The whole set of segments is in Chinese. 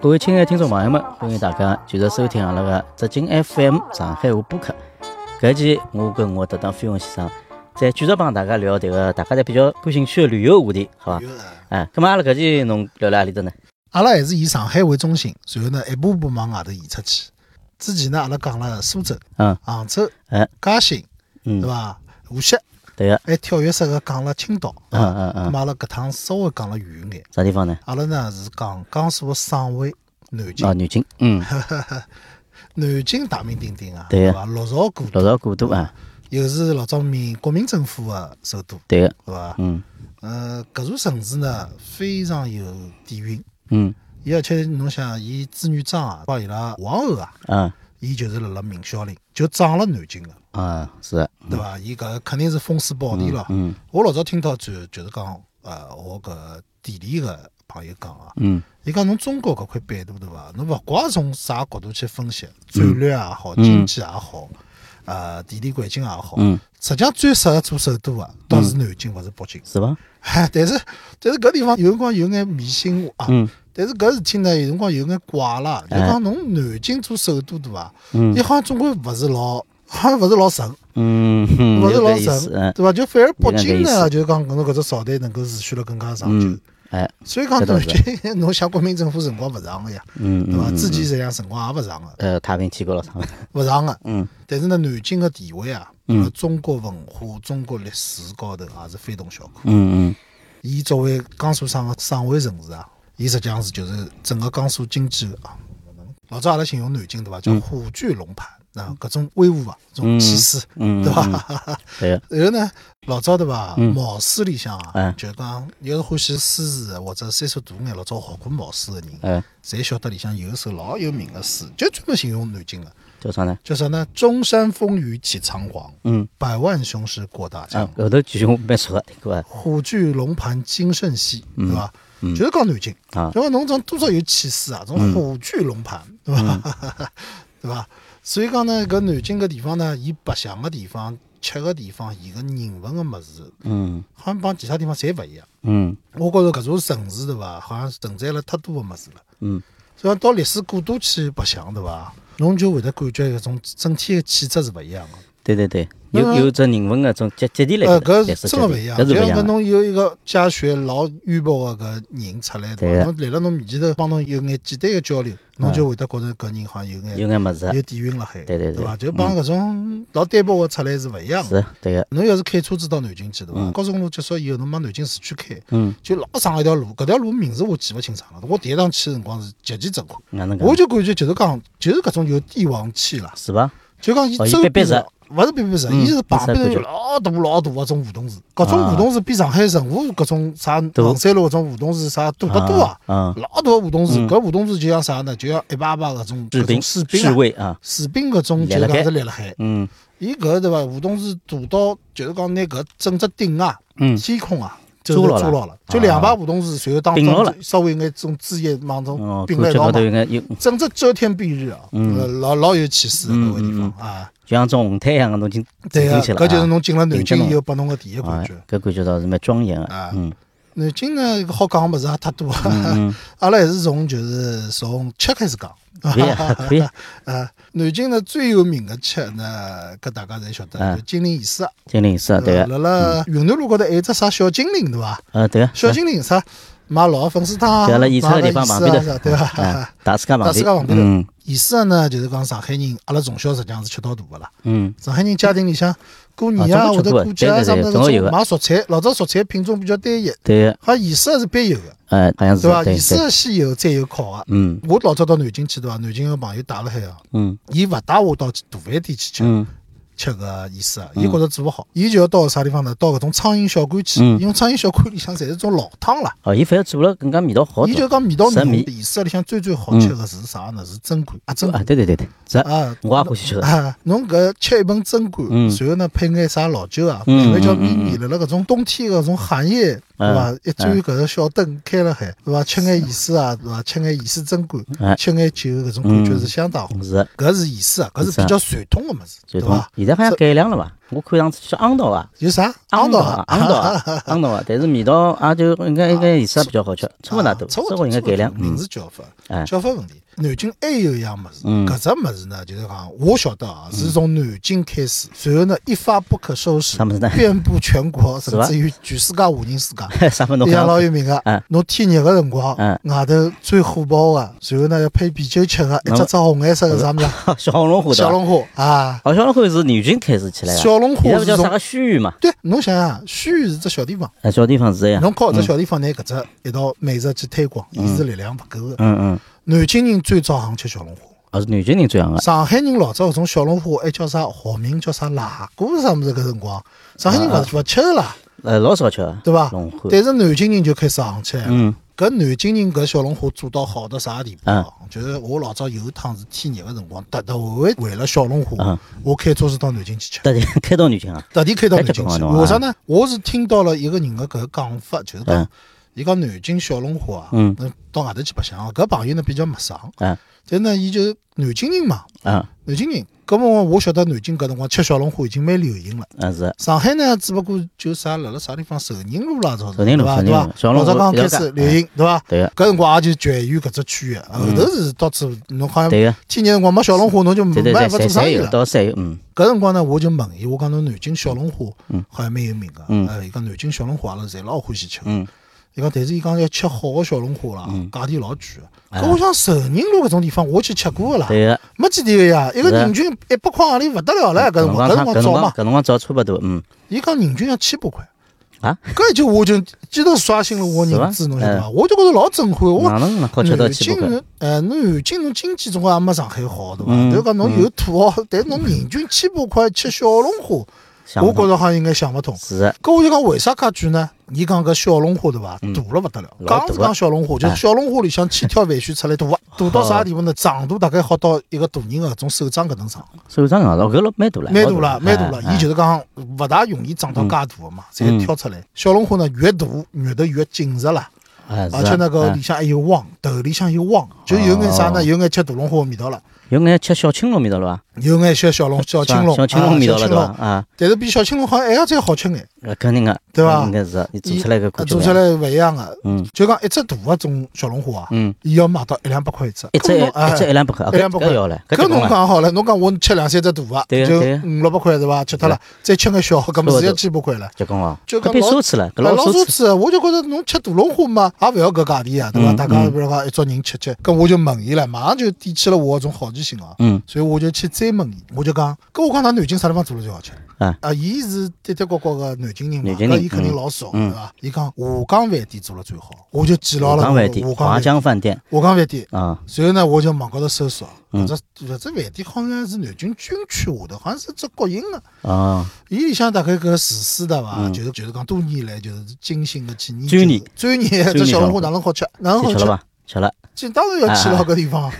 各位亲爱的听众朋友们，欢迎大家继续收听阿拉个浙江 FM 上海话播客。搿期我跟我搭档飞鸿先生，再继续帮大家聊迭个大家侪比较感兴趣的旅游话题，好伐？哎，葛末阿拉搿期侬聊辣何里搭呢？啊阿拉还是以上海为中心，然后呢一步步往外头移出去。之前呢，阿拉讲了苏州、嗯杭州、哎，嘉兴，嗯对伐？无锡，对个，还跳跃式个讲了青岛。嗯嗯咁嗯，阿拉搿趟稍微讲了远眼，啥地方呢？阿拉呢是讲江苏个省会南哦，京，南京， 嗯，南京大名鼎鼎啊，对对呀伐？六朝古六都，朝古都啊，又是老早民国民政府个首都，对个，对伐？嗯呃，搿座城市呢非常有底蕴，嗯伊而且侬想，伊朱元璋啊，帮伊拉皇后啊，啊伊就是辣辣明孝陵就葬了南京个，啊，是的，对伐？伊搿肯定是风水宝地咯。嗯我老早听到就就是讲，呃，我搿地理个朋友讲啊，嗯伊讲侬中国搿块版图对伐？侬勿怪从啥角度去分析，战略也好，经济也好，呃，地理环境也好，嗯，实际上最适合做首都个倒是南京，勿是北京。是伐？哎但是但是搿地方有辰光有眼迷信啊嗯，但是搿事体呢，有辰光有眼怪啦，就哎讲侬南京做首都对伐？嗯伊好像总归勿是老，好像勿是老神，嗯哼，勿是有老搿意思，嗯神，对伐？就反而北京有搿意呢，思就是讲侬搿只朝代能够持续了更加长久嗯。，哎，所以讲搿倒南是京， 侬想国民政府辰光勿长个呀，嗯对嗯伐？嗯之前实际上辰光也勿长个，呃，太平天国了啥物事？勿长个。嗯但是呢，南京个地位啊，嗯辣中国文化、中国历史高头啊也是非同小可。嗯嗯，伊作为江苏省个省会城市啊，伊实际上是就是整个江苏经济啊，老早阿拉形容南京对伐，嗯叫虎踞龙盘，那搿种威武啊，搿种气势，嗯嗯对伐？对个， 然后呢，老早对伐，毛书里向啊哎，就讲要是欢喜诗词的或者岁数大眼，老早学过毛书的人，哎，侪晓得里向有一首老有名的诗，就专门形容南京的，叫啥呢？叫啥呢？中山风雨起苍黄，嗯，百万雄师过大啊江，，后头句我蛮熟个，听过啊，虎踞龙盘今胜昔，对伐？就是讲南京，嗯啊嗯因为侬种多少有气势啊，种虎踞龙盘，对伐？ 对伐？所以讲呢，搿南京搿地方呢，伊白相个地方、吃个地方，伊个人文个物事，嗯好像帮其他地方侪勿一样。嗯我觉着搿座城市对伐，好像承载了太多个物事了。嗯，所以讲到历史古都去白相对伐，侬就会得感觉搿种整体个气质是勿一样个。对对对，有那有只人文个种接接地来呃，搿搿是真个个历史勿一接样。地搿是就勿一像样讲的，侬有一个家学老渊博个搿人出来对对伐，啊侬来了侬面前头帮侬有眼简单个交流，侬就会得觉着搿人好像有有眼眼物事啊，有底蕴辣海，对对对嗯伐？就帮搿种老单薄个出来是勿一样是个。的对个，侬要是开车子到南京去对伐？高速公路结束以后，侬往南京市区开，嗯，就老长一条路，搿条路名字我记勿清爽了。我第一趟去的辰光是极其震撼，哪能讲？我就感觉就是讲，就是搿种有帝王气啦，是伐？就讲伊哦伊周逼逼边着的，勿是逼逼着，嗯伊是旁边逼着头有感老大老大搿种胡同市，搿种啊胡同市比上海任何搿种啥都黄山路搿种胡同市啥多得多啊，啊，老大胡同市，搿胡同市就像啥呢？就像一排排搿种士搿兵种士兵啊侍卫啊，士兵搿种就立辣是盖讲是立辣海，嗯伊搿对伐？胡同市大到就是讲拿搿整只顶啊。嗯，天空啊，就捉是牢了捉牢了，就啊两排胡同是随后当并牢了中稍微有眼种枝叶往哦中，并了感一觉道高头有嘛，眼有，整只遮天蔽日啊，呃老老有气势的嗯搿个地嗯方啊，就像种红毯一样个，侬进走对进啊，去了搿就是侬进了南顶京进以了后拨侬个第一啊，感觉哎。搿感觉倒是蛮庄严个啊，嗯南京呢，好讲个物事也太多，嗯， 阿拉还是从就是从吃开始讲。可以啊可以啊， 啊，南京呢最有名个吃呢，搿大家侪晓得，啊就金陵宴食。金陵寺啊，对伐个，辣辣云南路高头还有只啥小精灵对伐？呃对个，小精灵啥卖老粉丝汤啊，就阿拉演出卖个个地方旁意边思 啊头，对啊伐？大世界旁大世界边，旁边头嗯意思啊呢，就是讲上海人，阿拉从小实际上是吃到大个啦。嗯，上海人家庭里向过年啊啊中国或者吃过过节啊对对啥对物事，中国有种的买蔬菜，老早蔬菜品种比较单一，对啊个，好像盐水是必有个，哎，好像是对伐？对盐对，水先有再有烤个。嗯我老早到南京去对伐？南京个朋友带了海啊，嗯伊勿带我到大饭店去吃，嗯。吃个意思啊，伊觉着做勿好，伊就要到啥地方呢？到搿种苍蝇小馆去，嗯因为苍蝇小馆里向侪是种老汤啦。哦，伊反而做了更加味道好伊点就讲味道神浓秘，意思里向最最好吃的是啥呢？是蒸灌啊，蒸啊，灌对对对对，是啊，啊。我也欢喜吃的，啊，侬搿吃一盆蒸灌，嗯然后呢配眼啥老酒啊，嗯慢慢叫嗯嗯哎咪咪辣辣搿种冬天搿种寒夜，对伐？一盏搿个小灯开了海，对伐？吃眼盐水啊，对伐？吃眼盐水蒸灌哎，嗯吃眼酒搿种感觉是相当好。是的搿是盐水啊，搿是比较传统个物事，传对统伐。？现在好像改良了吧？我看上去叫昂道啊，有啥？昂道啊，昂道 啊，昂道啊，但是味道也就应该应该颜色比较好吃，差勿大多，啊差稍微应该改良。名嗯 字叫法哎，叫法问题。南京还有一样物事，嗯搿只物事呢，就是讲我晓得啊，是从南京开始，随后呢一发不可收拾啥物事呢， 遍布全国，是甚吧至于全世界华人世界。啥么 侬印象老讲？有名嗯个，侬天热个辰光嗯，外头最火爆个，然后呢要配啤酒吃个，一那么只只红颜色个啥 物事？ 小红龙虎小的，龙虾啊，哦，小龙虎是南京开始起来的，小龙现在虾不是叫啥从个须臾嘛？对，侬想想，盱眙是只小地方，哎，嗯小地方是这样。侬靠搿只小地方拿搿只一道美食去推广，伊是力量不够个。嗯嗯，南京人最早行吃小龙虾。哦，是南京人最样的。上海人老早搿种小龙虾还叫啥学名叫啥拉锅啥物事搿辰光，上海人勿是勿吃啦，呃，老少吃的，对伐龙虾？但是南京人就开始行吃了。嗯搿南京人搿小龙虾做到好到啥地步啊？嗯就是我老早有一趟是天热个辰光，特特为为了小龙嗯虾，我开车子到南京去吃。大家开到南京啊，特地开到南京哎这去，个我懂啊为啥呢？我是听到了一个人的搿个讲法，就是嗯讲，伊讲南京小龙虾啊，嗯那到外头去白相啊，搿朋友呢比较陌生，啊但呢，伊就南京人嘛，啊南京人，搿么我晓得南京搿辰光吃小龙虾已经蛮流行了。啊是，上海呢，只不过就啥辣辣啥地方寿宁路啦，啥寿宁路对伐？寿宁路对伐？小龙老虾早刚一条开街始流行，对伐？对个搿辰光也就局限于搿只区域，啊后头是到处侬好嗯像对个，天热辰光没小龙虾，侬就对对啊没对，办法侪做侪生意有，了。到侪有，嗯搿辰光呢，我就问伊，我讲侬南京小龙虾好像蛮有名个，嗯呃，伊讲南京小龙虾阿拉侪老欢喜吃。嗯，伊讲，但是伊讲要吃好个小龙虾啦，价钿老贵个。哎搿我想寿宁路搿种地方，我去吃过个啦，对个。没几钿个呀，一是个的人均一百块行钿勿得了了。搿辰光，搿辰差光早嘛搿，辰光早差不多，嗯伊讲人均要七百块。啊，搿一就我就记得刷新了我认知，是伐侬晓得伐？我就觉着老震撼。我哪能好吃到南七京八块？人，哎，侬南京侬经济总归也没上海好，对伐？嗯就是讲侬有土豪，但侬人均七八块吃小龙虾，想我不通，觉着好像应该想勿通。是啊的，搿我就讲为啥介贵呢？伊讲搿小龙虾对伐？大了勿得了，嗯老大哎讲是讲小龙虾，就是小龙虾里向千挑万选 出来大啊，大到啥地步呢？长度大概好到一个大人个搿种手掌搿能长。手掌啊，老搿老蛮大了，啊蛮老大了，蛮大了，伊就是讲勿大容易长到介大个嘛，哎嗯侪挑出来。小龙虾呢，越大肉头越紧实啦，哎，而且那个哎里向还有汪，头里向有汪，就有眼啥哦呢？有眼吃大龙虾个味道了，有眼吃小青龙味道了吧？有眼小小龙小是吧青龙，小青龙啊味道了小青对龙伐？啊，但是比小青龙好像还要再好吃眼，呃肯定个，对吧应该是的，你做伊出来搿呃感觉做出不一样，来勿一样个。嗯就讲一只大个种小龙虾啊，嗯，伊要卖到一两百块一只，一只搿侬一只一哎两百块，啊一两百搿块搿要了，搿搿讲啊侬了，讲好了，侬讲我吃两三只大个，对个啊就对个五六百块对伐？吃脱了，再吃眼小，搿么是要几百块了。结棍哦，就搿讲变老奢侈了，搿哎老老奢奢侈，侈，我就觉着侬吃大龙虾嘛，也勿要搿价钿啊，对伐？嗯大家比如讲一桌人吃吃，搿我就问伊了，马上就点起了我搿种好奇心哦。嗯所以我就去追问伊，我就讲，搿我讲㑚南京啥地方做了最好吃？啊啊，伊是的的角角个南京人嘛，南京搿人伊肯定嗯老熟，嗯对伐？伊讲华冈饭店做了最好，我就记牢了江我饭店，华冈华饭店，江饭店华冈饭店。啊，随后呢，我就网高头搜索，嗯搿只搿只饭店好像是南京军区下头，好像是只国营个。哦，伊里向大概搿个厨师对伐，嗯就是就是讲多年来就是精心个去研钻研究，钻研钻这研小龙小虾哪能好吃，哪能去好吃了吃，伐？吃了，这当然要去哎哎了搿地方。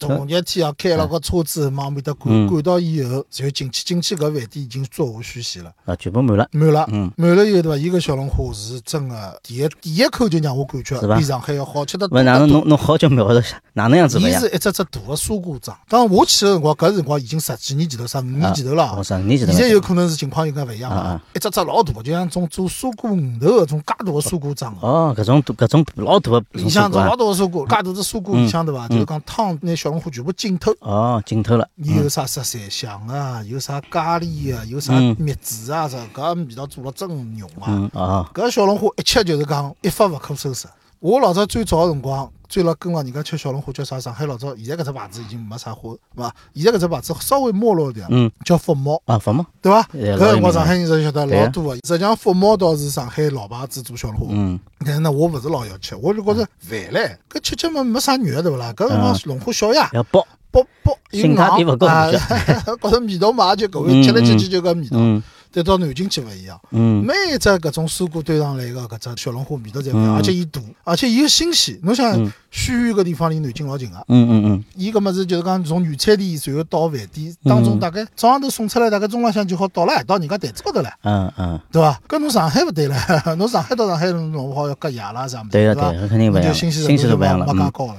大热天啊，开了个车子往面搭赶嗯赶到以后，然后进去进去搿饭店已经座无虚席了，啊，全部满了，满了嗯满了以后对伐？伊搿小龙虾是真个第一第一口就让我感觉是吧比上海要好吃得多勿哪得能多侬。侬好久描述下哪能样子勿一伊样？是一只只大个砂锅掌，当然我去个辰光，搿辰光已经十几年前头，啥五年前头了啊。我上年纪现在有可能是情况应该勿一样啊了啊，一只只老大的，就像种做砂锅鱼头搿种介大个砂锅掌个，哦，搿种搿种老大的啊里向种种啊嗯老，大个砂锅，介大只砂锅里向对伐？就是讲汤拿小龙虾全部浸透，哦，浸透了，伊有啥十三香啊，有啥咖喱啊，有啥嗯蜜汁啊，啥搿味道做了真浓啊！嗯哦，搿小龙虾一吃就是讲一发勿可收拾。我老早最早个辰光，最老跟牢人家吃小龙虾叫啥？上海老早现在搿只牌子已经没啥货，对伐？现在搿只牌子稍微没落一点，嗯叫福茂。啊，福茂，对伐？哎老搿有辰名光上海人侪晓得对啊老多个，实际上福茂倒是上海老牌子做小龙虾，嗯，但是呢，我勿是老要吃，我就觉着烦唻，搿吃吃嘛没啥肉对勿啦？搿辰光嗯龙虾小呀，要剥，薄薄又性硬价比勿够啊是， 觉着味道嘛也就搿嗯味，吃来吃去就搿味道。嗯但到南京去勿一样，嗯，每一只搿种水果端上来个搿只小龙虾味道侪勿一嗯样，而且伊大，而且伊又新鲜。侬想嗯，盱眙搿地方离南京老近啊个，嗯嗯嗯，伊搿物事就是讲从原产地，然后到饭店当中，嗯大概早浪头送出来，大概中浪向就好到了，到人家台子高头了。嗯嗯，对伐？搿侬上海勿对了， 侬上海到上海侬好要隔夜啦啥物事，对个对对伐？个，肯定勿侬一就样，新新鲜鲜度度勿一样了没，没介嗯，高了。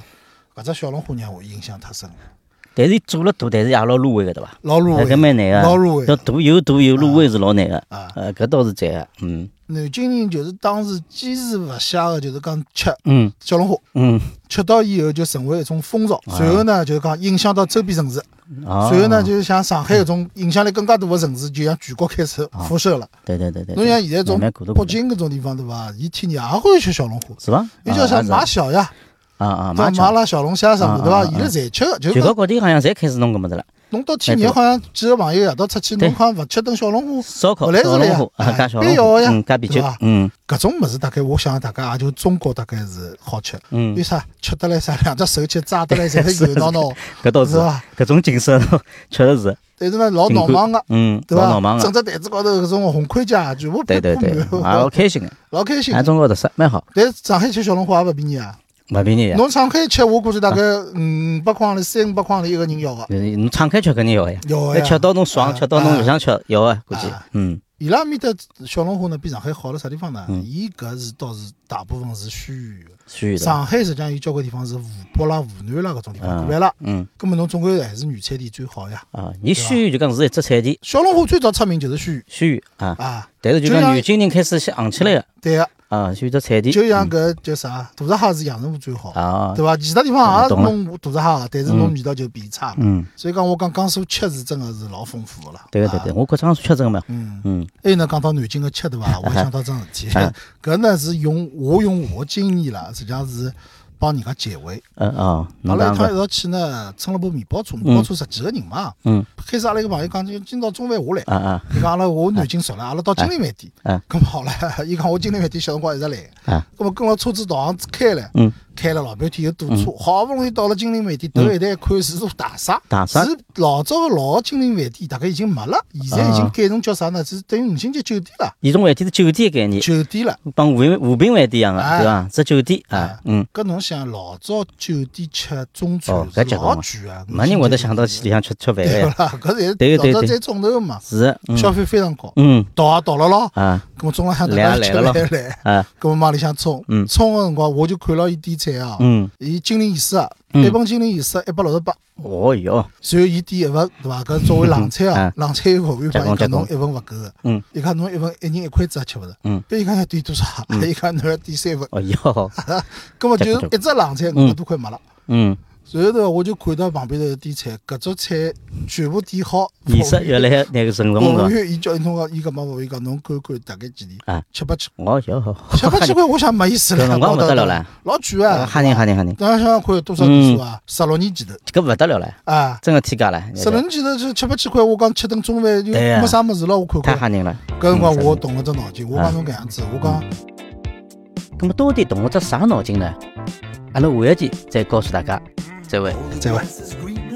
搿只小龙虾让我印象太深了，但是伊做了大，但是也老入味个，对伐？老入哎味搿，蛮难个，老入味要大有大有入味是老难个，啊呃，搿倒是真个，嗯南京人就是当时坚持勿懈个，就是讲吃嗯小龙虾，嗯，吃到以后就成为一种风潮，啊随后呢就是讲影响到周边城市，哦，随后呢就是像上海搿种影响力更加大个城市，就像全国开始啊辐射了。对对对对，侬对像现在种慢慢过渡北过来京搿种地方对伐？伊天天也欢喜吃小龙虾，是伐？伊叫啥啊马小呀，啊啊，马对伐麻桥，辣小龙虾啥物事啊对伐？啊啊伊拉侪吃个，就是全国讲各地好像侪开始弄搿么子了，侬到天哎热对好像几个朋友夜到出去，对侬好像勿吃顿小龙虾，烧烤、后来是小龙了呀虾啊，哎加小必龙要虾，呀嗯，加啤对酒吧，嗯搿种物事大概我想大概也就中国大概是好吃，嗯为，啥吃得来啥两只手去抓得来侪是是油 闹闹，搿倒是是，伐？搿种景色 确实是，但是呢老景闹观忙个，嗯，对老闹忙伐？整个，只台子高头搿种红盔甲全部对对对，啊铺也 满了老开心个，老开心。俺中国特色蛮好，但是上海吃小龙虾也勿便宜啊！勿便宜啊，侬上海吃，我估计大概五百块行钿、三五百块行钿一个人要个，就是侬敞开吃肯定要个呀，要要呀。吃到侬爽，啊吃到侬啊勿想吃要啊，估计啊，嗯伊拉面搭小龙虾呢，比上海好了啥地方呢？嗯伊搿是倒是大部分是须臾的。须的，上海实际上有交关地方是湖北啦、湖南啦搿种地方嗯过来啦，嗯根本侬总归还是原产地最好呀。啊，伊须臾就讲是一只产地，小龙虾最早出名就是须须臾啊臾，啊，但是就就讲像南京人开始先昂起来个对个，啊，须臾只产地，就像嗯搿叫啥，大闸蟹是阳澄湖最好，啊，对伐？其他地方我也懂了弄大闸蟹，但是侬味道就变差了。嗯，所以讲，我讲江苏吃是真个是老丰富个啦。对个对啊对，我觉张苏吃这个嘛，嗯，嗯还有呢，讲到南京个吃 对伐？我想到桩事体啊， 搿呢是用我用我经验啦，实际上是帮人家解围。呃哦，阿侬拉讲一趟个，一道去呢，乘了部面包车，面包车十几个人嘛。嗯开始阿拉一个朋友讲，就今朝中饭我来。啊啊伊讲阿拉我南京熟了，阿拉到金陵饭店。啊咁好了， 伊讲我金陵饭店小辰光一直来。啊，咁么跟牢车子导航开了，嗯开了老半天又堵车，好不容易到了金陵饭店，头一抬看是座大厦，大厦是老早个老金陵饭店，大概已经没了，现在已啊经改成叫啥呢？是等于五星级酒店了，伊种饭店是酒店概念，酒店了。帮和平和平饭店一样个，哎对伐？只酒店啊哎，嗯，搿侬想，老早酒店吃中哦餐搿是结棍老嘛贵啊，没人会得想到去里向吃 吃饭对个啦呀，，搿是对对老早对在中头嘛，是的，嗯消费非常高，嗯到也到了咯，啊咁么中浪向大来家也来吃了咯来来，啊咁么往里向冲嗯，冲个辰光我就看牢伊点菜啊，嗯，伊金陵鱼翅啊，嗯一盆金陵鱼翅一百六十八。哦哟，随后伊点一份对伐？搿作为冷菜嗯啊，冷菜有服务员结棍帮伊结棍讲侬一份勿够个嗯，伊讲侬一份一人一块子也吃勿着，嗯别伊讲要点多少，伊讲侬要点三份，哦 哟，葛末结就棍一只冷菜五百多块没了。嗯，随后头我就看到旁边头有点菜，搿桌菜全部点好，仪式越来越那个啊慎重服务 了，员伊叫伊通讲，伊搿帮服务员讲侬看看大概几啊钿，七八千，哦哟，七八 千块我想没意思搿了，辰光勿得了了， 了，老贵啊，吓人吓嗯人吓人，大家想想看多少年数啊？十六年前头搿勿得了了，啊。真个天价了，十轮前头就七八千块，我讲吃顿中饭就对呀没啥么子了，我看太看。吓人了。搿辰光嗯我动了只脑筋，我啊讲侬搿样子，我讲那么到底动了只啥脑筋呢？阿拉下一期再告诉大家，再会。再会。嗯 This is green